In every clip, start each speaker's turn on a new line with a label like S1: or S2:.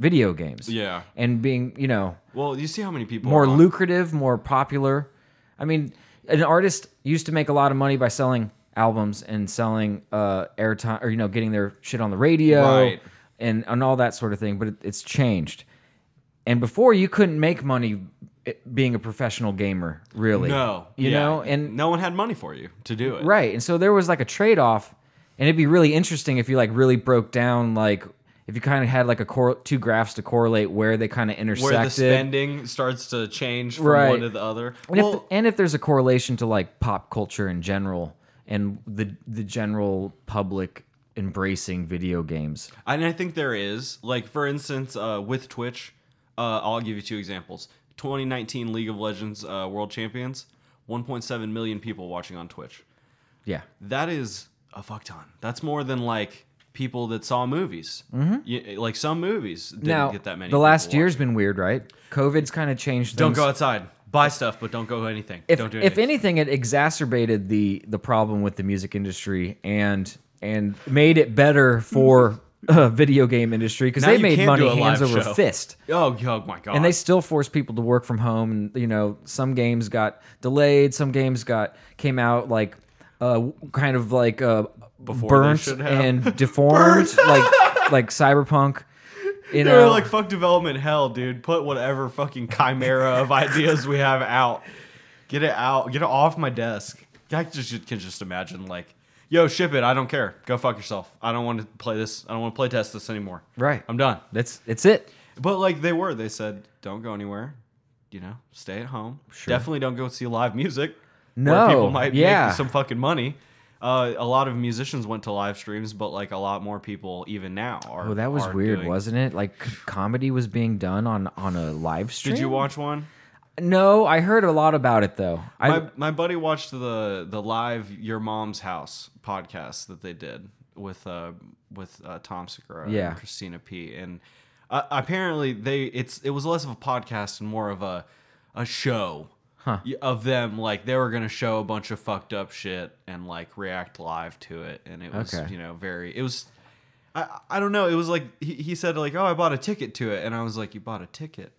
S1: video games.
S2: Yeah.
S1: and being you know
S2: well you see how many people
S1: more
S2: are on-
S1: lucrative, more popular. I mean, an artist used to make a lot of money by selling albums and selling uh, airtime, or you know, getting their shit on the radio
S2: Right.
S1: and and all that sort of thing. But it, it's changed. And before, you couldn't make money it- being a professional gamer, really.
S2: no
S1: you
S2: yeah.
S1: know, and
S2: no one had money for you to do it
S1: Right. And so there was like a trade off, and it'd be really interesting if you like really broke down like if you kind of had like a cor- two graphs to correlate where they kind of intersected.
S2: where the spending starts to change from
S1: Right.
S2: one to the other
S1: And,
S2: well
S1: if, and if there's a correlation to like pop culture in general and the the general public embracing video games,
S2: And I think there is. Like, for instance, uh, with Twitch, uh, I'll give you two examples. 2019 League of Legends uh, World Champions, 1.7 million people watching on Twitch.
S1: yeah,
S2: That is a fuck ton. That's more than like people that saw movies. You- like some movies didn't
S1: Mm-hmm. now
S2: get that many.
S1: the last
S2: people watching.
S1: year's been weird, right? COVID's kind of changed.
S2: Don't
S1: things.
S2: go outside. Buy stuff, but don't go anything.
S1: If,
S2: don't do anything.
S1: if anything, it exacerbated the the problem with the music industry and and made it better for uh, video game industry because
S2: Now
S1: they
S2: you
S1: made
S2: can
S1: money
S2: do a
S1: hands
S2: live
S1: over
S2: show.
S1: fist.
S2: oh, oh my god.
S1: and they still force people to work from home and you know some games got delayed some games got came out like uh kind of like uh
S2: Before they
S1: burnt
S2: should have.
S1: and deformed like like cyberpunk you
S2: They were
S1: know
S2: like, fuck development hell, dude. Put whatever fucking chimera of ideas we have out. Get it out. Get it off my desk. I just can just imagine like, yo, ship it. I don't care. Go fuck yourself. I don't want to play this. I don't want to play test this anymore.
S1: Right.
S2: I'm done.
S1: that's it's it
S2: But like they were. They said, don't go anywhere. You know, stay at home. Definitely don't go see live music.
S1: No,
S2: Where people might
S1: yeah.
S2: make some fucking money. Uh, a lot of musicians went to live streams, but like a lot more people even now are.
S1: oh that was
S2: are
S1: weird
S2: doing-
S1: wasn't it like c- comedy was being done on on a live stream
S2: Did you watch one?
S1: no i heard a lot about it though i
S2: my, my buddy watched the the live Your Mom's House podcast that they did with uh with uh, Tom Segura
S1: Yeah.
S2: and Christina P. And uh, apparently they it's it was less of a podcast and more of a a show y- of them like they were gonna show a bunch of fucked up shit and like react live to it and it was
S1: Okay.
S2: you know very it was. I, I don't know. It was like he, he said like oh I bought a ticket to it and I was like you bought a ticket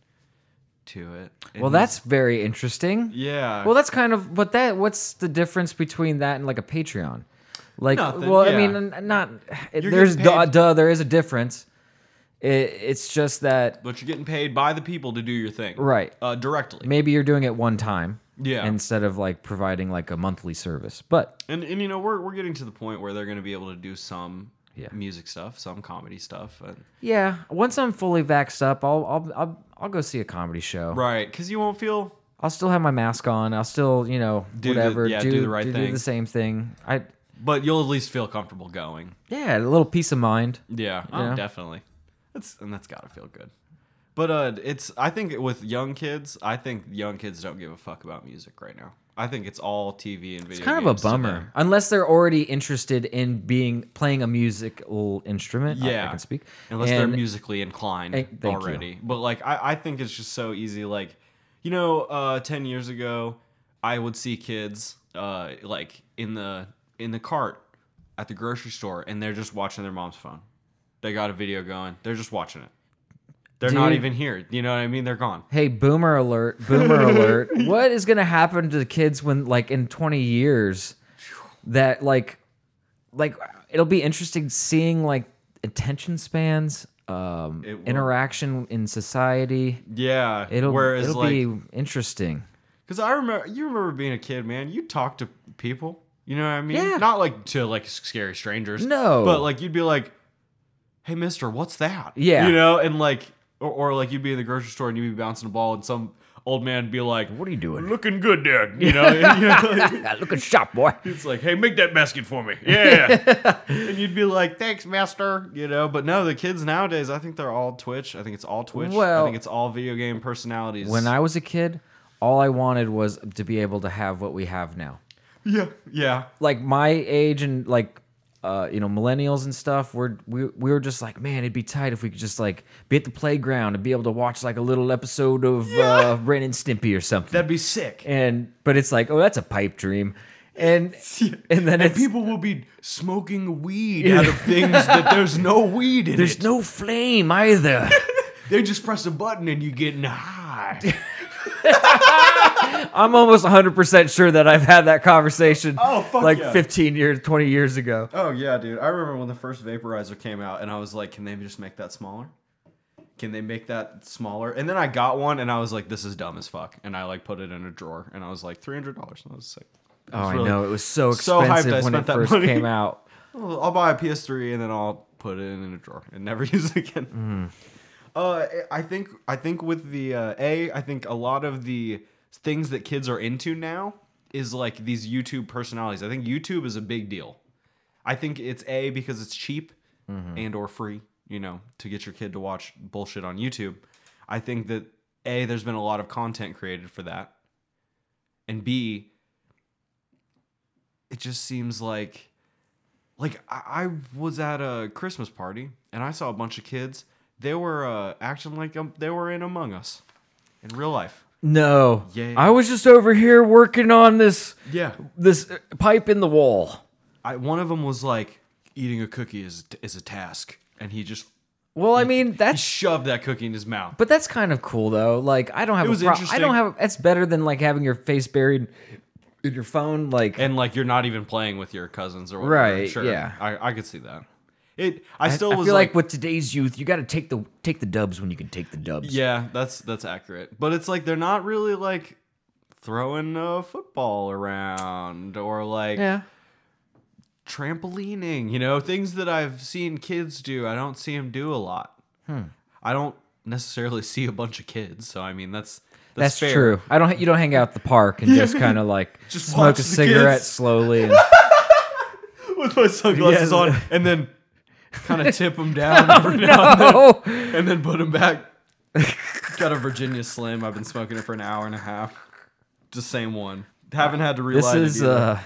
S2: to it. And
S1: well
S2: he's-
S1: that's very interesting
S2: yeah.
S1: Well, that's kind of, but that what's the difference between that and like a Patreon? Like,
S2: Nothing,
S1: well, I
S2: yeah.
S1: mean, n- not
S2: You're
S1: there's
S2: getting
S1: duh,
S2: paid-
S1: duh, there is a difference. It, it's just that
S2: But you're getting paid by the people to do your thing,
S1: right.
S2: Uh, directly.
S1: Maybe you're doing it one time.
S2: Yeah.
S1: Instead of like providing like a monthly service, but
S2: And and you know we're we're getting to the point where they're going to be able to do some
S1: Yeah.
S2: music stuff, some comedy stuff, and
S1: yeah, once I'm fully vaxxed up, I'll I'll I'll, I'll go see a comedy show.
S2: right because you won't feel
S1: I'll still have my mask on. I'll still you know
S2: Do the-
S1: whatever
S2: yeah, do the right
S1: Do
S2: thing.
S1: the same thing. I
S2: but you'll at least feel comfortable going.
S1: yeah, a little peace of mind.
S2: Yeah, oh,
S1: Yeah.
S2: definitely. That's and that's gotta feel good. But uh, it's I think with young kids, I think young kids don't give a fuck about music right now. I think it's all TV and video.
S1: It's kind of a
S2: games to
S1: bummer,
S2: them.
S1: unless they're already interested in being playing a musical instrument. I- I,
S2: Yeah.
S1: can speak.
S2: unless they're
S1: And-
S2: musically inclined
S1: Eh, thank you.
S2: already. But like I, I think it's just so easy. Like you know, uh, ten years ago, I would see kids uh, like in the in the cart at the grocery store, and they're just watching their mom's phone. They got a video going. They're just watching it. They're not
S1: Dude.
S2: even here. You know what I mean? They're gone.
S1: Hey, boomer alert! Boomer alert! What is gonna happen to the kids when, like, in twenty years, that like, like, it'll be interesting seeing like attention spans, um,
S2: It will.
S1: interaction in society.
S2: Yeah.
S1: It'll
S2: Whereas
S1: it'll
S2: like,
S1: be interesting.
S2: because I remember you remember being a kid, man. You talk to people. You know what I mean?
S1: Yeah.
S2: Not like to like scary strangers.
S1: No.
S2: But like you'd be like, "Hey, Mister, what's that?"
S1: Yeah.
S2: You know, and like, or, or like you'd be in the grocery store and you'd be bouncing a ball, and some old man'd be like,
S1: What are you doing?
S2: "Looking good, Dad." You know. and, you know,
S1: Look at shop boy.
S2: it's like, "Hey, make that basket for me." Yeah. and you'd be like, "Thanks, Master." You know. But no, the kids nowadays, I think they're all Twitch. I think it's all Twitch. I
S1: Well-
S2: think it's all video game personalities.
S1: When I was a kid, all I wanted was to be able to have what we have now.
S2: yeah yeah
S1: like my age and like uh, you know millennials and stuff we're we, we were just like man it'd be tight if we could just like be at the playground and be able to watch like a little episode of uh, Ren and Stimpy or something
S2: that'd be sick.
S1: and but it's like oh that's a pipe dream and and then
S2: and
S1: it's,
S2: people will be smoking weed out of things that there's no weed in
S1: there's
S2: it.
S1: no flame either
S2: they just press a button and you get high.
S1: I'm almost 100% sure that I've had that conversation
S2: Oh, fuck
S1: like
S2: yeah.
S1: 15 years 20 years ago
S2: oh yeah, dude. I remember when the first vaporizer came out, and I was like, "Can they just make that smaller? Can they make that smaller?" And then I got one, and I was like, "This is dumb as fuck." And I like put it in a drawer, and I was like, three hundred dollars." And I was sick.
S1: oh I know it was so
S2: so hyped I
S1: expensive when
S2: spent
S1: it
S2: that
S1: first
S2: money.
S1: came out
S2: Well, I'll buy a PS3 and then I'll put it in a drawer and never use it again. Uh, I think I think with the uh, a I think a lot of the things that kids are into now is like these YouTube personalities. I think YouTube is a big deal. I think it's a because it's cheap and or free, you know, to get your kid to watch bullshit on YouTube. I think that a there's been a lot of content created for that, and b it just seems like like I, I was at a Christmas party and I saw a bunch of kids. They were uh, acting like um, they were in Among Us in real life.
S1: no
S2: Yeah.
S1: I was just over here working on this
S2: Yeah,
S1: this pipe in the wall.
S2: I, one of them was like, "Eating a cookie is is a task," and he just
S1: Well, I mean that's
S2: shoved that cookie in his mouth.
S1: but that's kind of cool though. Like I don't have
S2: It was
S1: a pro- I
S2: interesting.
S1: don't have that's better than like having your face buried in your phone like
S2: and like you're not even playing with your cousins or whatever.
S1: Right,
S2: Sure,
S1: yeah.
S2: I, I could see that. It. I
S1: I-
S2: still
S1: I
S2: was
S1: feel
S2: like,
S1: like, with today's youth, you got to take the take the dubs when you can take the dubs.
S2: Yeah, that's that's accurate. But it's like they're not really like throwing a football around or like
S1: Yeah.
S2: trampolining, you know, things that I've seen kids do. I don't see them do a lot.
S1: Hmm.
S2: I don't necessarily see a bunch of kids, so I mean that's
S1: That's
S2: fair.
S1: true. I don't. You don't hang out at the park and just kind of like
S2: Just watch
S1: smoke
S2: the
S1: a cigarette
S2: kids.
S1: slowly. And,
S2: With my sunglasses
S1: Yeah.
S2: on, and then kind of tip them down every now and then,
S1: oh,
S2: and then put them back. Got a Virginia Slim. I've been smoking it for an hour and a half. The same one. Haven't had to
S1: this
S2: realize
S1: is uh.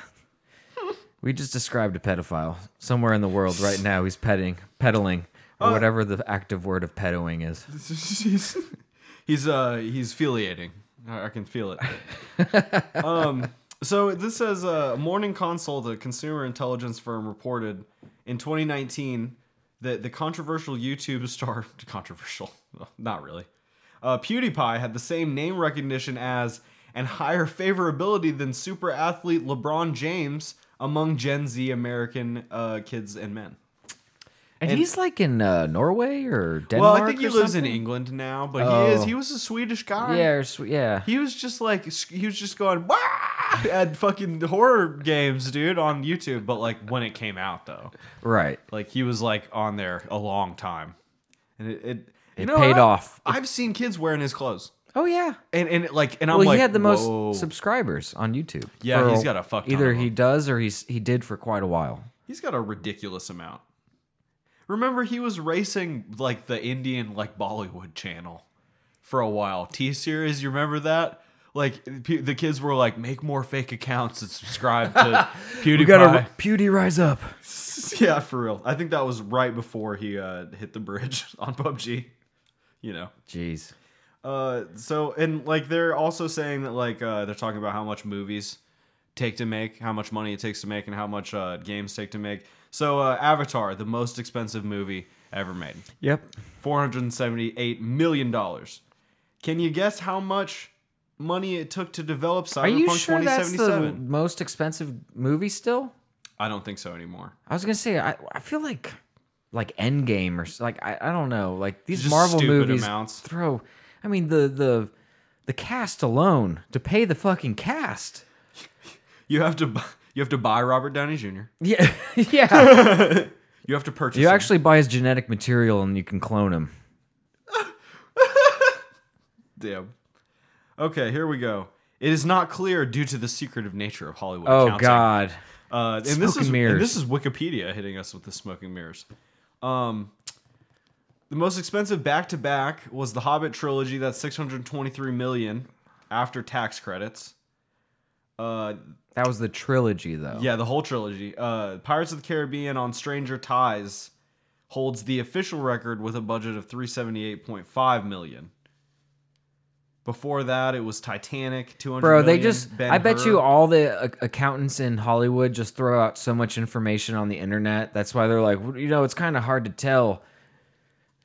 S1: We just described a pedophile somewhere in the world right now. He's petting, peddling,
S2: Uh,
S1: or whatever the active word of pedoing is.
S2: he's he's uh he's filiating. I I can feel it. um. So this says a uh, morning consult, a consumer intelligence firm, reported in 2019 that the controversial YouTube star controversial, Well, not really, uh, PewDiePie had the same name recognition as and higher favorability than super athlete LeBron James among Gen Z American uh, kids and men.
S1: And, he's like in uh, Norway or Denmark.
S2: well, I think he
S1: or
S2: lives
S1: something?
S2: in England now, but he is
S1: Oh.
S2: he was a Swedish guy.
S1: Yeah, or, Swe- yeah.
S2: He was just like sc- he was just going Wah! at fucking horror games, dude, on YouTube. But like when it came out though,
S1: Right.
S2: like he was like on there a long time, and it it, you
S1: It
S2: know
S1: paid
S2: what?
S1: off.
S2: I've seen kids wearing his clothes,
S1: Oh yeah.
S2: and and like and I'm
S1: well,
S2: like
S1: he had the
S2: "Whoa."
S1: most subscribers on YouTube.
S2: Yeah,
S1: for-
S2: he's got a fuck ton
S1: Either
S2: of
S1: he
S2: them.
S1: does or he's he did for quite a while.
S2: He's got a ridiculous amount. Remember, he was racing like the Indian like Bollywood channel for a while. T series, you remember that? Like p- the kids were like, make more fake accounts and subscribe to PewDiePie.
S1: You got to Pewdie rise up.
S2: yeah, for real. I think that was right before he uh, hit the bridge on PUBG. You know.
S1: Jeez.
S2: Uh, so and like they're also saying that like uh, they're talking about how much movies take to make, how much money it takes to make, and how much uh, games take to make. So uh, Avatar, the most expensive movie ever made,
S1: Yep.
S2: four hundred seventy-eight million dollars. Can you guess how much money it took to develop Cyberpunk
S1: Are you sure that's the
S2: 2077?
S1: most expensive movie still?
S2: I don't think so anymore.
S1: I was gonna say I, I feel like like Endgame or s- like I, I don't know like these
S2: Just
S1: Marvel
S2: stupid
S1: movies
S2: amounts.
S1: throw. I mean the the the cast alone to pay the fucking cast.
S2: You have to bu- you have to buy Robert Downey Jr.
S1: Yeah, yeah.
S2: You have to purchase.
S1: you
S2: him.
S1: actually buy his genetic material and you can clone him.
S2: Damn. Okay, here we go. It is not clear due to the secretive nature of Hollywood.
S1: Oh
S2: accounting.
S1: God.
S2: Uh, and this
S1: Smoke
S2: is
S1: and mirrors.
S2: and this is Wikipedia hitting us with the smoking mirrors. Um, the most expensive back to back was the Hobbit trilogy. That's six hundred twenty three million after tax credits. Uh,
S1: That was the trilogy though.
S2: yeah, the whole trilogy. Uh, Pirates of the Caribbean on Stranger Ties holds the official record with a budget of 378.5 million. Before that, it was Titanic, 200
S1: Bro, they
S2: million,
S1: just I
S2: Ben-Hur.
S1: bet you all the uh, accountants in Hollywood just throw out so much information on the internet. That's why they're like, "Well, you know, it's kind of hard to tell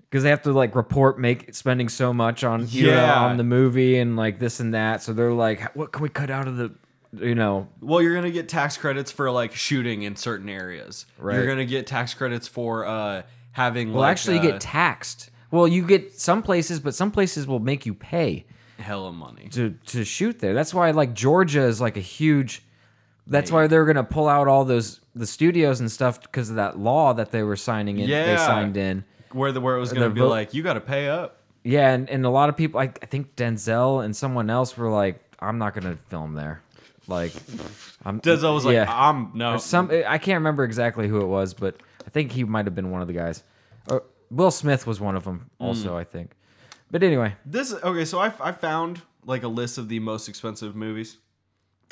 S1: because they have to like report make spending so much on here
S2: Yeah.
S1: on the movie and like this and that. So they're like, what can we cut out of the you know,
S2: Well, you're gonna get tax credits for like shooting in certain areas.
S1: Right.
S2: You're gonna get tax credits for uh having.
S1: well
S2: like,
S1: actually you
S2: uh,
S1: get taxed. Well, you get some places, but some places will make you pay.
S2: hella money.
S1: to to shoot there. That's why like Georgia is like a huge. That's why they're gonna pull out all those the studios and stuff because of that law that they were signing in. They
S2: Yeah.
S1: signed in.
S2: Where the where it was gonna
S1: The
S2: be
S1: vo-
S2: like you gotta pay up.
S1: Yeah, and, and a lot of people, I, I think Denzel and someone else were like, "I'm not gonna film there." Like, I'm,
S2: Denzel was like,
S1: yeah.
S2: I'm no.
S1: Or some I can't remember exactly who it was, but I think he might have been one of the guys. Or Will Smith was one of them, also.
S2: Mm.
S1: I think. But anyway,
S2: This okay, so I, I found like a list of the most expensive movies,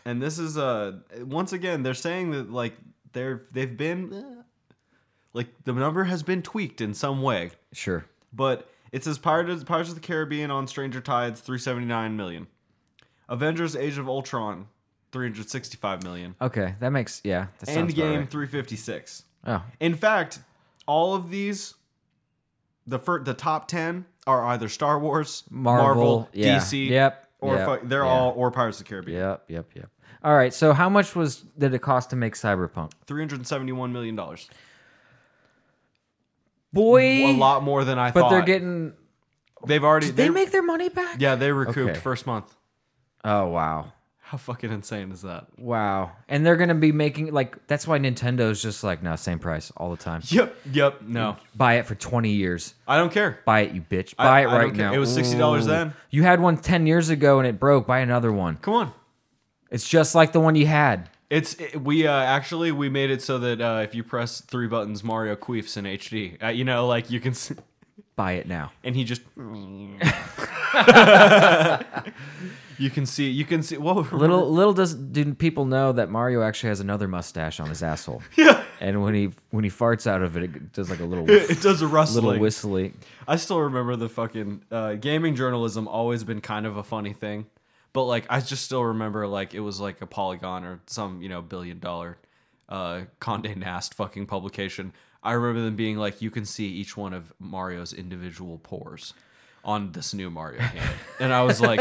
S2: and this is uh once again they're saying that like they're they've been eh, like the number has been tweaked in some way,
S1: sure.
S2: but it says Pirates Pirates of the Caribbean on Stranger Tides three seventy nine million, Avengers Age of Ultron three hundred sixty five million,
S1: Okay, that makes yeah. That sounds about
S2: Endgame
S1: right.
S2: three fifty six.
S1: Oh,
S2: In fact, all of these, the fir- the top ten are either Star Wars,
S1: Marvel, yeah.
S2: DC,
S1: Yep,
S2: or
S1: yep,
S2: fu- they're
S1: yeah.
S2: all or Pirates of the Caribbean.
S1: Yep, yep, yep. All right. So how much was did it cost to make Cyberpunk?
S2: Three hundred seventy-one million dollars.
S1: Boy,
S2: A lot more than I
S1: But
S2: thought.
S1: they're getting.
S2: They've already.
S1: Did they
S2: they-
S1: make their money back?
S2: Yeah, they recouped
S1: Okay.
S2: first month.
S1: Oh wow,
S2: How fucking insane is that?
S1: wow. And they're gonna be making like that's why Nintendo's just like no same price all the time.
S2: Yep. Yep. No,
S1: Buy it for twenty years.
S2: I don't care.
S1: Buy it, you bitch.
S2: I-
S1: Buy it
S2: I don't
S1: right
S2: care.
S1: now.
S2: It was $60
S1: Ooh.
S2: then.
S1: You had one 10 years ago and it broke. Buy another one.
S2: Come on.
S1: It's just like the one you had.
S2: It's it- we uh, actually we made it so that uh, if you press three buttons, Mario queefs in HD. Uh, you know, like you can, s-
S1: Buy it now.
S2: and he just. you can see. You can see. Whoa.
S1: Little little does do people know that Mario actually has another mustache on his asshole.
S2: Yeah.
S1: And when he when he farts out of it, it does like a little
S2: It does a rustling.
S1: little whistly.
S2: I still remember the fucking uh, gaming journalism always been kind of a funny thing, but like I just still remember like it was like a Polygon or some you know billion dollar uh, Condé Nast fucking publication. I remember them being like, you can see each one of Mario's individual pores on this new Mario game, and I was like,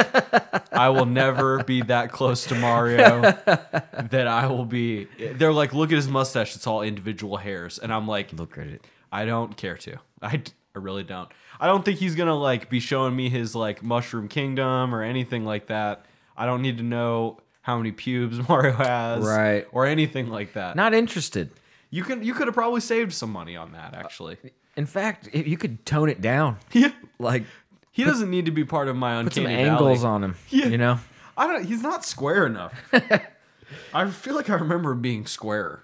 S2: I will never be that close to Mario that I will be. They're like, look at his mustache; it's all individual hairs, and I'm like,
S1: Look at it.
S2: I don't care to. I, d- I really don't. I don't think he's gonna like be showing me his like Mushroom Kingdom or anything like that. I don't need to know how many pubes Mario has,
S1: Right.
S2: or anything like that.
S1: Not interested.
S2: you can you could have probably saved some money on that actually.
S1: In fact, if you could tone it down.
S2: Yeah.
S1: Like
S2: He doesn't need to be part of my
S1: put some
S2: uncanny
S1: angles
S2: valley.
S1: on him.
S2: Yeah.
S1: You know?
S2: I don't. He's not square enough. I feel like I remember him being squarer.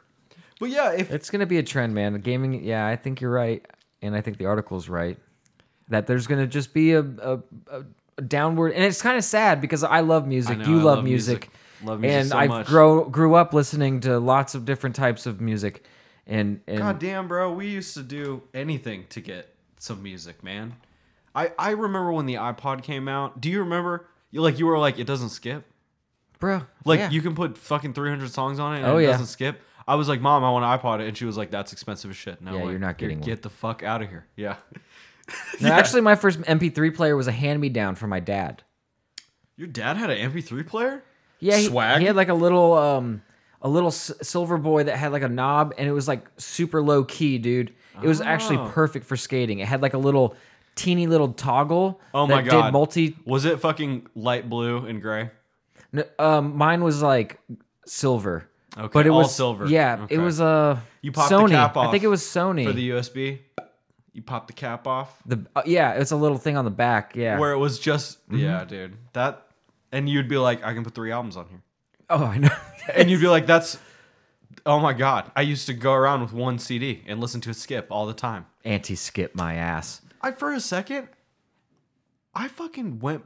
S2: But yeah, if
S1: It's gonna be a trend, man. Gaming yeah, I think you're right. And I think the article's right. That there's gonna just be a, a, a a downward and it's kind of sad because I love music.
S2: know,
S1: you
S2: I
S1: love,
S2: love
S1: music.
S2: music. Love music
S1: And
S2: so
S1: I
S2: much.
S1: grow grew up listening to lots of different types of music and, and
S2: God damn, bro, we used to do anything to get some music, man. I I remember when the iPod came out. Do you remember? You like you were like it doesn't skip.
S1: bro.
S2: Like
S1: yeah.
S2: you can put fucking 300 songs on it and
S1: Oh,
S2: it
S1: yeah.
S2: doesn't skip. I was like, "Mom, I want an iPod." And she was like, "That's expensive as shit." No
S1: Yeah,
S2: way.
S1: you're not getting one.
S2: Get the fuck out of here. Yeah.
S1: No, actually my first MP3 player was a hand me down from my dad.
S2: Your dad had an MP3 player?
S1: Yeah, he,
S2: Swag?
S1: he had like a little um a little s- silver boy that had like a knob and it was like super low key, dude. It was actually
S2: Oh.
S1: perfect for skating. It had like a little teeny little toggle
S2: Oh my
S1: that
S2: God.
S1: did multi
S2: Was it fucking light blue and gray?
S1: n- um mine was like silver.
S2: Okay,
S1: but it
S2: all
S1: was
S2: silver.
S1: Yeah,
S2: Okay.
S1: it was uh
S2: You popped the
S1: Sony.
S2: cap
S1: I
S2: off
S1: think it was Sony.
S2: For the USB, you pop the cap off
S1: the uh, yeah, it's a little thing on the back. Yeah.
S2: where it was just yeah, dude. That and you'd be like, I can put three albums on here.
S1: oh, I know.
S2: And you'd be like, that's oh my god. I used to go around with one CD and listen to it skip all the time.
S1: Anti skip my ass.
S2: I for a second, I fucking went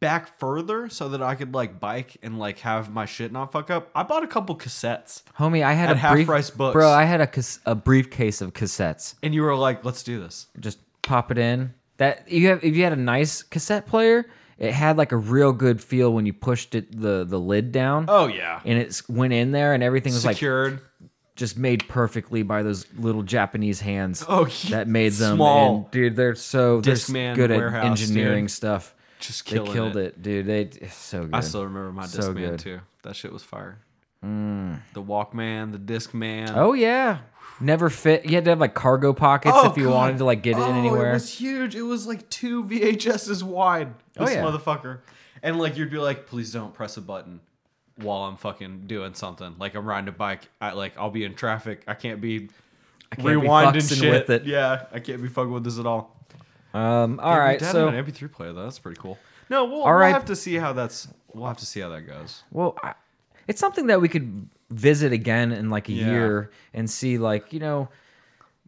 S2: back further so that I could like bike and like have my shit not fuck up. I bought a couple cassettes,
S1: Homie, I had
S2: At
S1: a
S2: half
S1: brief,
S2: price books.
S1: Bro, I had a cas- a briefcase of cassettes.
S2: and you were like, let's do this.
S1: just pop it in. That you have if you had a nice cassette player, it had like a real good feel when you pushed it the the lid down.
S2: Oh yeah,
S1: And it went in there, and everything was
S2: secured.
S1: like just made perfectly by those little Japanese hands
S2: Oh, yeah.
S1: that made them.
S2: Small.
S1: and, dude, they're so they're s-
S2: Discman
S1: good at
S2: warehouse,
S1: engineering
S2: dude.
S1: stuff.
S2: Just
S1: They
S2: killing
S1: killed
S2: it.
S1: it. dude. They it's so good.
S2: I still remember my
S1: So
S2: Discman
S1: good. Mm.
S2: too. That shit was fire. The Walkman, the Discman.
S1: oh yeah, never fit. You had to have like cargo pockets
S2: Oh,
S1: if you
S2: God.
S1: wanted to like get it
S2: Oh,
S1: in anywhere.
S2: It was huge. It was like two VHSs wide. This
S1: Oh, yeah.
S2: motherfucker. And like you'd be like, please don't press a button while I'm fucking doing something. Like I'm riding a bike. I like I'll be in traffic. I can't be
S1: can't be
S2: rewinding
S1: fucksing
S2: shit.
S1: with it.
S2: Yeah, I can't be fucking with this at all.
S1: um, all right,
S2: Your dad
S1: so
S2: had an MP3 player though. That's pretty cool. No, we'll,
S1: All
S2: we'll
S1: right.
S2: have to see how that's. We'll have to see how that goes.
S1: Well, I, it's something that we could visit again in like a
S2: Yeah.
S1: year and see, like you know,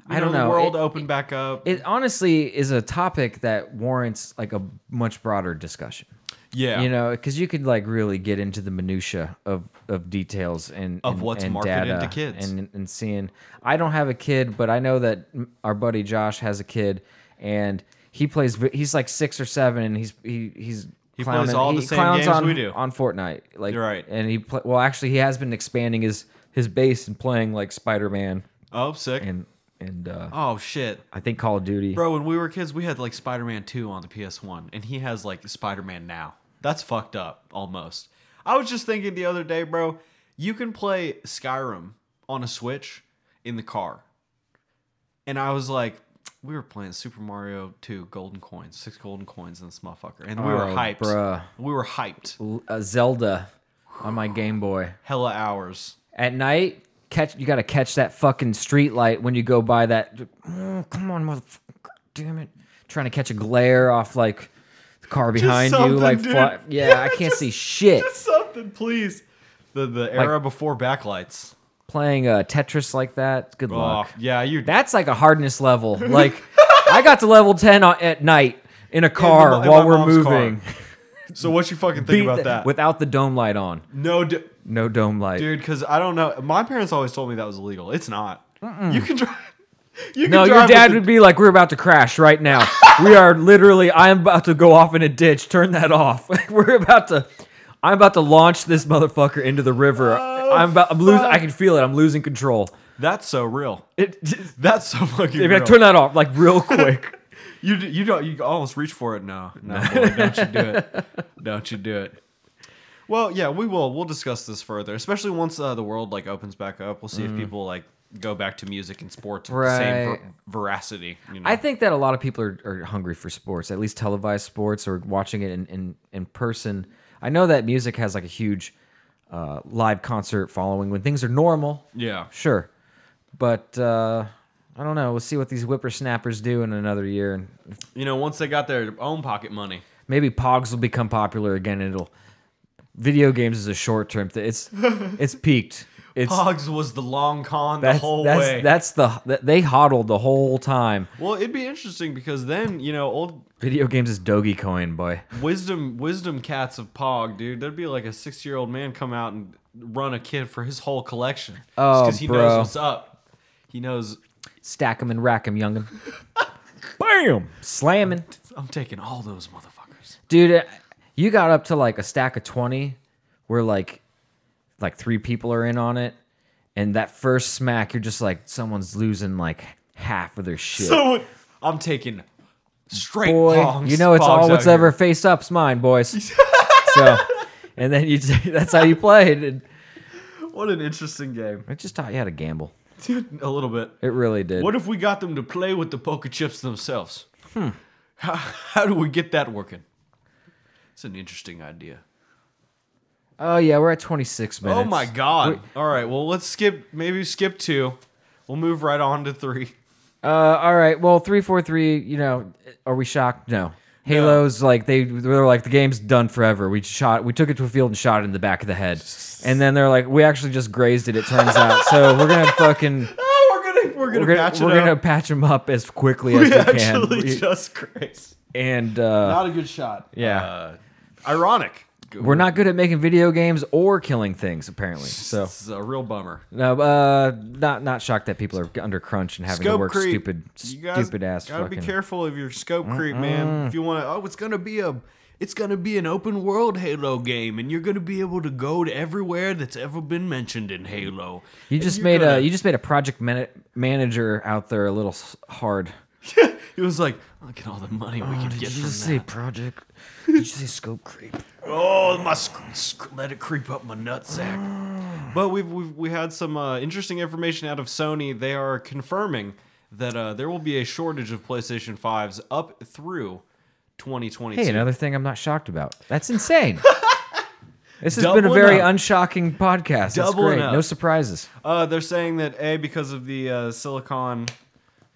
S1: I
S2: You
S1: don't know.
S2: The world
S1: it,
S2: opened back up.
S1: it honestly is a topic that warrants like a much broader discussion.
S2: yeah.
S1: You know, because you could like really get into the minutia of of details and
S2: Of
S1: and-
S2: what's
S1: and
S2: marketed
S1: data
S2: to kids.
S1: and and seeing. I don't have a kid, but I know that m- our buddy Josh has a kid, and he plays. vi- He's like six or seven, and he's he he's
S2: He plays all the same
S1: clowns
S2: games
S1: on,
S2: we do.
S1: on Fortnite. Like
S2: You're right.
S1: and he pla well actually he has been expanding his his base and playing like Spider Man
S2: Oh, sick.
S1: and and uh,
S2: oh shit.
S1: I think Call of Duty.
S2: Bro, when we were kids, we had like Spider Man 2 on the PS1, and he has like Spider Man now. That's fucked up, almost. I was just thinking the other day, bro, you can play Skyrim on a Switch in the car. And I was like, we were playing Super Mario 2 Golden Coins, six golden coins in this motherfucker. And we were
S1: Oh,
S2: hyped.
S1: bruh.
S2: We were hyped.
S1: L- uh, Zelda on my Game Boy.
S2: Hella hours.
S1: at night catch you got to catch that fucking street light when you go by that oh, come on motherfucker damn it trying to catch a glare off like the car behind you
S2: something,
S1: like
S2: dude.
S1: fly- yeah i can't see shit
S2: Something, please. The, the era before backlights.
S1: playing uh, tetris like that good
S2: Oh,
S1: luck
S2: yeah, you
S1: that's like a hardness level like i got to level 10 on, at night in a car
S2: in my
S1: while we're
S2: mom's car.
S1: moving
S2: So what you fucking think about that?
S1: without the dome light on
S2: no, d-
S1: no dome light
S2: dude, because I don't know. My parents always told me that was illegal. It's not. You can drive. You can
S1: No, your
S2: drive with
S1: dad
S2: the-
S1: would be like, "We're about to crash right now. we are literally. I'm about to go off in a ditch. Turn that off. We're about to. I'm about to launch this motherfucker into the river. I'm about. I'm losing. I can feel it. I'm losing control.
S2: That's so real.
S1: It.
S2: That's so fucking.
S1: If
S2: real.
S1: I turn that off, like real quick.
S2: you d- you don't you almost reach for it. No, no, boy, don't you do it. Don't you do it. Well, yeah, we will. We'll discuss this further, especially once uh, the world like opens back up. We'll see if people like go back to music and sports with the same
S1: Mm. Right.
S2: ver- veracity. You know?
S1: I think that a lot of people are, are hungry for sports, at least televised sports or watching it in, in, in person. I know that music has like a huge uh, live concert following when things are normal.
S2: yeah.
S1: Sure. But uh, I don't know. We'll see what these whippersnappers do in another year. And
S2: You know, once they got their own pocket money.
S1: maybe Pogs will become popular again. And it'll. Video games is a short term thing. It's it's peaked. It's
S2: Pogs was the long con the
S1: that's,
S2: whole
S1: that's,
S2: way.
S1: that's the that- they hodled the whole time.
S2: well, it'd be interesting because then, you know, old
S1: Video games is Dogecoin, coin, boy.
S2: wisdom wisdom cats of Pog, dude, there'd be like a 60-year-old man come out and run a kid for his whole collection Just
S1: Oh,
S2: he knows
S1: bro.
S2: what's up. He knows
S1: Stack 'em and rack 'em, young'un. Bam! Slamming.
S2: I'm taking all those motherfuckers.
S1: Dude, uh, you got up to like a stack of 20 where like like three people are in on it and that first smack you're just like someone's losing like half of their shit.
S2: So I'm taking straight
S1: boy,
S2: Pogs.
S1: you know it's
S2: Pogs
S1: all
S2: out
S1: what's
S2: here.
S1: ever face up's mine, boys. so and then you just, that's how you played. And
S2: What an interesting game.
S1: I just taught you how to gamble.
S2: a little bit.
S1: It really did.
S2: What if we got them to play with the poker chips themselves? Hmm. How, how do we get that working? It's an interesting idea.
S1: oh yeah, we're at 26 minutes.
S2: oh my god. All right, well let's skip maybe skip 2. We'll move right on to 3.
S1: Uh, all right. Well, three four three. You know, are we shocked? No. Halos like they they're like the game's done forever. We shot we took it to a field and shot it in the back of the head, and then they're like we actually just grazed it. It turns out. So we're gonna fucking
S2: Oh, we're going to we're going to
S1: we're gonna
S2: patch
S1: we're
S2: it
S1: gonna
S2: up.
S1: patch them up as quickly as we,
S2: we
S1: can.
S2: actually
S1: We-
S2: just grace.
S1: and uh,
S2: Not a good shot.
S1: yeah,
S2: Uh, ironic.
S1: we're not good at making video games or killing things apparently. So
S2: This is a real bummer.
S1: no, uh, not not shocked that people are under crunch and having to work stupid
S2: You guys
S1: stupid ass
S2: Gotta
S1: fucking.
S2: be careful of your scope creep, man. If you want to, oh, it's gonna be a, it's gonna be an open world Halo game, and you're gonna be able to go to everywhere that's ever been mentioned in Halo.
S1: You
S2: And
S1: just
S2: you're
S1: made
S2: gonna-
S1: a you just made a project man- manager out there a little s- hard.
S2: It was like, look at all the money
S1: Oh,
S2: we could get from that.
S1: project? Did you say scope creep?
S2: Oh, my sc- sc- let it creep up my nutsack. but we've, we've we had some uh, interesting information out of Sony. They are confirming that uh, there will be a shortage of PlayStation fives up through 2022.
S1: Hey, another thing I'm not shocked about. That's insane. this has been a
S2: Doubling
S1: very
S2: up.
S1: unshocking podcast. That's
S2: Doubling
S1: great.
S2: up.
S1: No surprises.
S2: Uh, they're saying that a because of the uh, silicon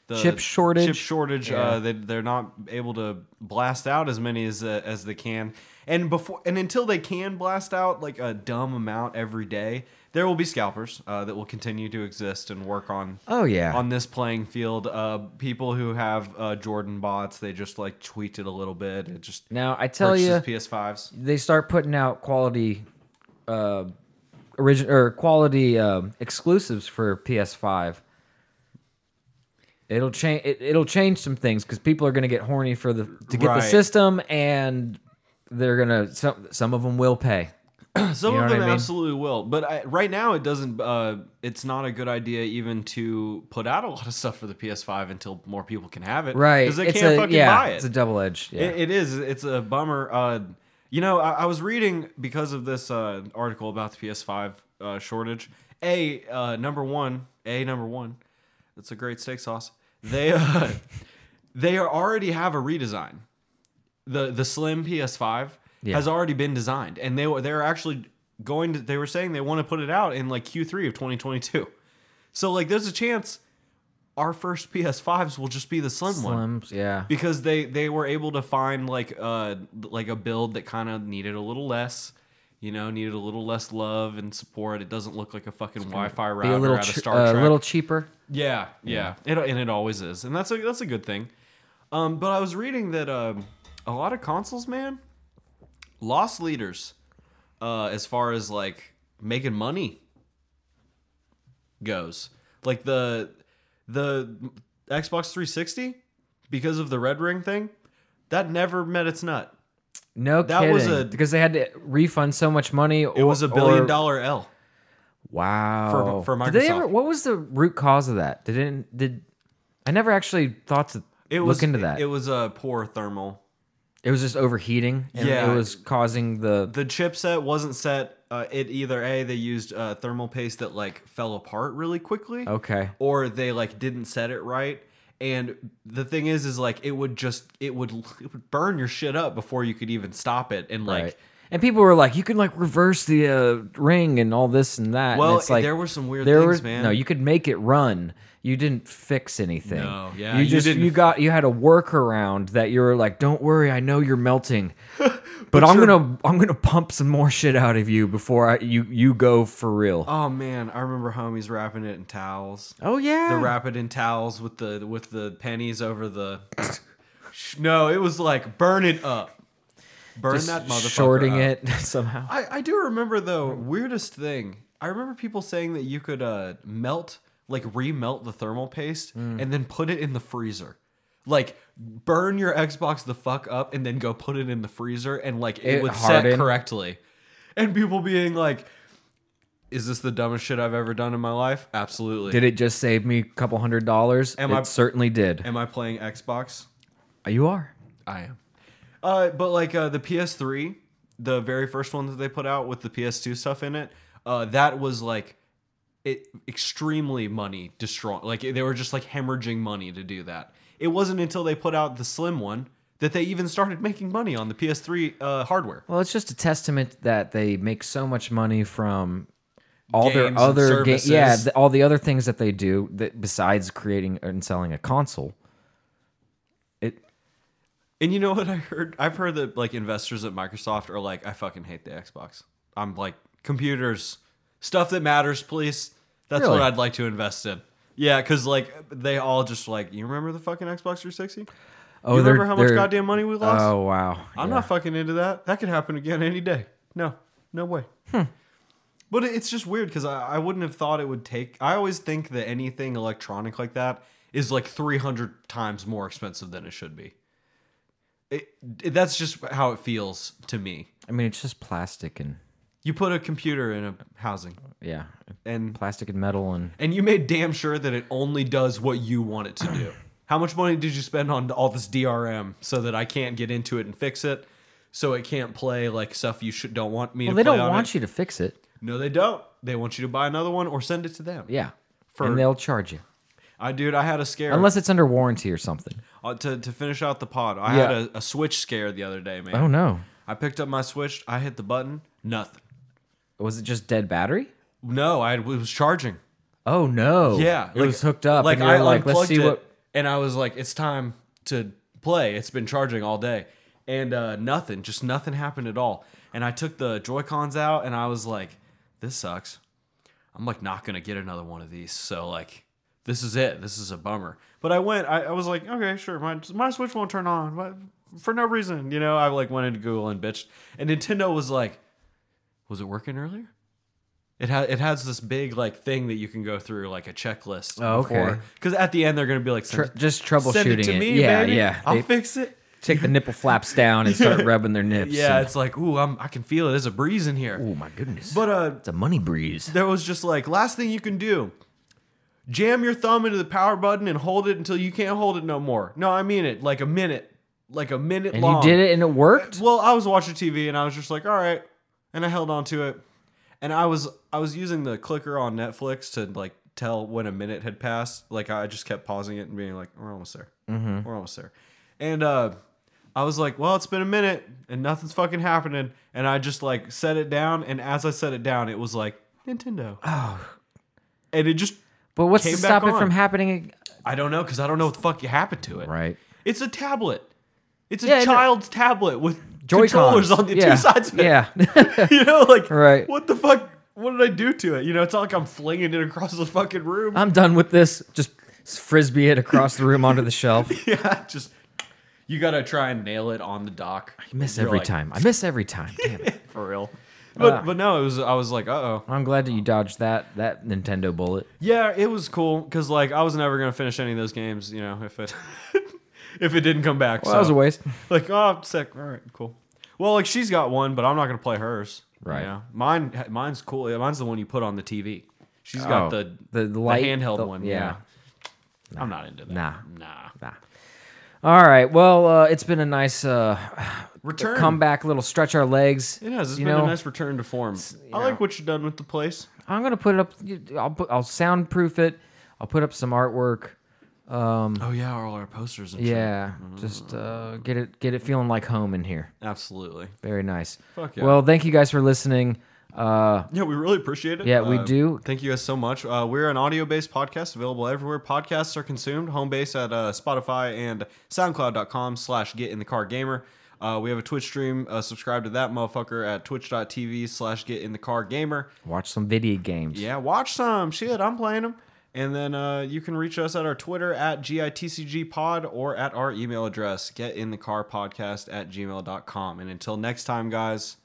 S2: the
S1: Chip shortage?
S2: chip shortage, uh, they they're not able to blast out as many as uh, as they can, and before and until they can blast out like a dumb amount every day, there will be scalpers uh, that will continue to exist and work on.
S1: Oh yeah.
S2: On this playing field, uh, people who have uh, Jordan bots, they just like tweet it a little bit. It just
S1: now I tell
S2: purchases
S1: you,
S2: PS5s.
S1: they start putting out quality, uh, origin or quality um, exclusives for PS5. It'll change. It, it'll change some things because people are gonna get horny for the to get the
S2: Right.
S1: system, and they're gonna some some of them will pay.
S2: Some
S1: You know
S2: of
S1: what I
S2: them
S1: mean?
S2: absolutely will, but I, right now it doesn't. Uh, it's not a good idea even to put out a lot of stuff for the PS5 until more people can have it,
S1: Right?
S2: Because they
S1: it's
S2: can't
S1: a,
S2: fucking
S1: yeah,
S2: buy it.
S1: It's a double edged. Yeah.
S2: It- it is. It's a bummer. Uh, you know, I, I was reading because of this uh, article about the PS5 uh, shortage. A uh, number one, a number one. That's a great steak sauce. They uh, they are already have a redesign. The the slim PS5
S1: Yeah.
S2: has already been designed, and they were they're actually going to. They were saying they want to put it out in like Q3 of 2022. So like, there's a chance our first PS5s will just be the slim, one
S1: Slims, yeah.
S2: because they they were able to find like uh like a build that kind of needed a little less you know needed a little less love and support it doesn't look like a fucking wi-fi
S1: Be
S2: router
S1: a little
S2: out of
S1: ch-
S2: star
S1: uh,
S2: trek
S1: little cheaper.
S2: yeah yeah it, and it always is and that's a that's a good thing um but i was reading that um a lot of consoles man lost leaders uh as far as like making money goes. Like the the Xbox 360 because of the red ring thing, that never met its nut.
S1: No
S2: That
S1: kidding.
S2: was a-
S1: because they had to refund so much money.
S2: It was a billion dollar L.
S1: Wow.
S2: for
S1: Did they ever,
S2: Microsoft.
S1: what was the root cause of that? Did it, did I never actually thought to
S2: It
S1: look
S2: was
S1: into that?
S2: It,
S1: It,
S2: was a poor thermal.
S1: was just overheating. And
S2: Yeah.
S1: It was causing the.
S2: The chipset wasn't set uh, it either a they used uh, thermal paste that like fell apart really quickly,
S1: Okay.
S2: or they like didn't set it right. And the thing is, is like it would just it would it would burn your shit up before you could even stop it. And like,
S1: right. And people were like, you can like reverse the uh, ring and all this and that.
S2: well,
S1: and it's like,
S2: there were some weird
S1: there
S2: things,
S1: were-
S2: man.
S1: No, you could make it run. You didn't fix anything.
S2: No, yeah,
S1: you
S2: you
S1: just you,
S2: didn't-
S1: got you had a workaround that you were like, don't worry, I know you're melting, but I'm
S2: you're-
S1: gonna I'm gonna pump some more shit out of you before I you you go for real.
S2: oh man, I remember homies wrapping it in towels.
S1: oh yeah,
S2: the wrap it in towels with the with the pennies over the. no, it was like burn it up, burn
S1: Just
S2: that motherfucker.
S1: shorting
S2: up.
S1: it somehow.
S2: I I do remember though weirdest thing. I remember people saying that you could uh, melt like remelt the thermal paste
S1: Mm.
S2: and then put it in the freezer. Like burn your Xbox the fuck up and then go put it in the freezer and like it,
S1: It
S2: would set
S1: hardened.
S2: correctly. And people being like, "Is this the dumbest shit I've ever done in my life?" Absolutely.
S1: Did it just save me a couple hundred dollars?
S2: Am
S1: it
S2: I-
S1: certainly did.
S2: Am I playing Xbox?
S1: you are.
S2: I am. Uh, but like uh, the PS3, the very first one that they put out with the PS2 stuff in it, uh, that was like it extremely money destroying. Like they were just like hemorrhaging money to do that. It wasn't until they put out the slim one that they even started making money on the PS3 uh, hardware.
S1: Well, it's just a testament that they make so much money from all their
S2: Games and
S1: other ga- yeah,
S2: services.
S1: th- all the other things that they do that besides creating and selling a console. It
S2: And you know what I heard? I've heard that like investors at Microsoft are like, I fucking hate the Xbox. I'm like, computers, stuff that matters, please. That's
S1: Really?
S2: what I'd like to invest in. Yeah, because like they all just like, you remember the fucking Xbox 360?
S1: oh,
S2: you
S1: they're-
S2: remember how much
S1: they're-
S2: goddamn money we lost?
S1: Oh wow,
S2: I'm
S1: Yeah.
S2: not fucking into that. That could happen again any day. No, no way. But it- it's just weird because I, I wouldn't have thought it would take. I always think that anything electronic like that is like 300 times more expensive than it should be. It, it- that's just how it feels to me.
S1: I mean, it's just plastic and
S2: You put a computer in a housing
S1: yeah,
S2: and
S1: plastic and metal and
S2: and you made damn sure that it only does what you want it to do. How much money did you spend on all this DRM so that I can't get into it and fix it? So it can't play like stuff you should don't want me
S1: well,
S2: to
S1: they
S2: play
S1: don't
S2: on
S1: want
S2: it?
S1: you to fix it.
S2: No, they don't. They want you to buy another one or send it to them.
S1: Yeah,
S2: For-
S1: and they'll charge you
S2: I dude, I had a scare.
S1: unless it's under warranty or something.
S2: uh, to to finish out the pod, I
S1: Yeah.
S2: had a, a Switch scare the other day, man.
S1: Oh no,
S2: I picked up my Switch. I hit the button. Nothing.
S1: was it just dead battery?
S2: No, I it was charging.
S1: Oh no,
S2: Yeah,
S1: it was hooked up. and you were like, let's
S2: unplugged
S1: see
S2: it,
S1: what
S2: and I was like, it's time to play. It's been charging all day, and uh, nothing, just nothing happened at all. And I took the Joy Cons out, and I was like, this sucks. I'm like not gonna get another one of these. So like, this is it. This is a bummer. But I went. I, I was like, okay, sure. My my Switch won't turn on, but for no reason, you know. I like went into Google and bitched, and Nintendo was like, was it working earlier? It ha- it has this big like thing that you can go through like a checklist.
S1: Oh, okay.
S2: Because at the end they're gonna be like,
S1: tr-
S2: send,
S1: just
S2: send
S1: troubleshooting
S2: it to me,
S1: yeah,
S2: baby.
S1: yeah.
S2: I'll
S1: They
S2: fix it.
S1: take the nipple flaps down and start rubbing their nips.
S2: Yeah,
S1: and-
S2: it's like, ooh, I'm, I can feel it. There's a breeze in here.
S1: oh my goodness,
S2: But uh,
S1: it's a money breeze.
S2: there was just like last thing you can do jam your thumb into the power button and hold it until you can't hold it no more no i mean it like a minute like a minute
S1: And
S2: long
S1: you did it, and it worked.
S2: well i was watching tv and i was just like all right and i held on to it and i was i was using the clicker on netflix to like tell when a minute had passed like i just kept pausing it and being like we're almost there
S1: Mm-hmm.
S2: we're almost there and uh I was like, well, it's been a minute and nothing's fucking happening. And I just like set it down. And as I set it down, it was like, Nintendo. Oh. And it just,
S1: But what's
S2: came
S1: to
S2: back
S1: stop it
S2: on.
S1: from happening? ag-
S2: I don't know, because I don't know what the fuck happened to it.
S1: Right.
S2: It's a tablet. It's a
S1: Yeah, I know.
S2: child's tablet with
S1: Joy-Cons.
S2: controllers on the
S1: Yeah.
S2: two sides of it.
S1: Yeah.
S2: you know, like,
S1: Right.
S2: what the fuck? What did I do to it? You know, it's not like I'm flinging it across the fucking room.
S1: I'm done with this. Just frisbee it across the room onto the shelf.
S2: yeah, just, you got to try and nail it on the dock.
S1: I miss
S2: You're
S1: every
S2: like,
S1: time. I miss every time. Damn it.
S2: For real. But,
S1: Ah.
S2: but no, it was, I was like, uh oh.
S1: I'm glad that you dodged that that Nintendo bullet.
S2: Yeah, it was cool because like I was never gonna finish any of those games, you know, if it if it didn't come back.
S1: Well, that was
S2: so,
S1: a waste.
S2: Like, oh, sick. All right, cool. Well, like she's got one, but I'm not gonna play hers. you
S1: Right.
S2: know? Mine, mine's cool. Yeah, Mine's the one you put on the TV. She's got
S1: Oh,
S2: the
S1: the
S2: the,
S1: light-
S2: handheld
S1: the-
S2: one.
S1: yeah.
S2: Yeah. I'm not into that.
S1: Nah.
S2: Nah.
S1: Nah. Ah. All right. Well, uh, it's been a nice uh,
S2: Return.
S1: comeback, little stretch our legs.
S2: It has. It's
S1: you
S2: been
S1: know?
S2: a nice return to form. I like what you've done with the place.
S1: I'm gonna put it up. I'll put, I'll soundproof it. I'll put up some artwork.
S2: Oh yeah, all our posters and
S1: Yeah, just uh, get it get it feeling like home in here.
S2: Absolutely.
S1: Very nice.
S2: Fuck yeah.
S1: Well, thank you guys for listening. Uh,
S2: Yeah, we really appreciate it.
S1: Yeah, we
S2: Uh,
S1: do.
S2: Thank you guys so much. Uh, we're an audio-based podcast available everywhere podcasts are consumed. Home base at uh, Spotify and SoundCloud.com slash Get In The Car Gamer. Uh, we have a Twitch stream. Uh, subscribe to that motherfucker at twitch.tv slash Get In The Car Gamer.
S1: watch some video games.
S2: Yeah, watch some shit. I'm playing them. And then uh, you can reach us at our Twitter at GITCG pod or at our email address, getinthecarpodcast at gmail.com. And until next time, guys,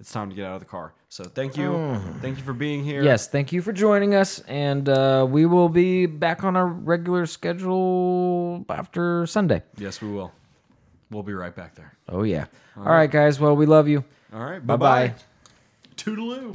S2: it's time to get out of the car. So thank you. Thank you for being here.
S1: Mm. Yes, thank you for joining us, and uh, we will be back on our regular schedule after Sunday.
S2: Yes, we will. We'll be right back there.
S1: Oh yeah. All right, guys. Well, we love you.
S2: All right. Bye
S1: Bye-bye.
S2: bye. Toodaloo.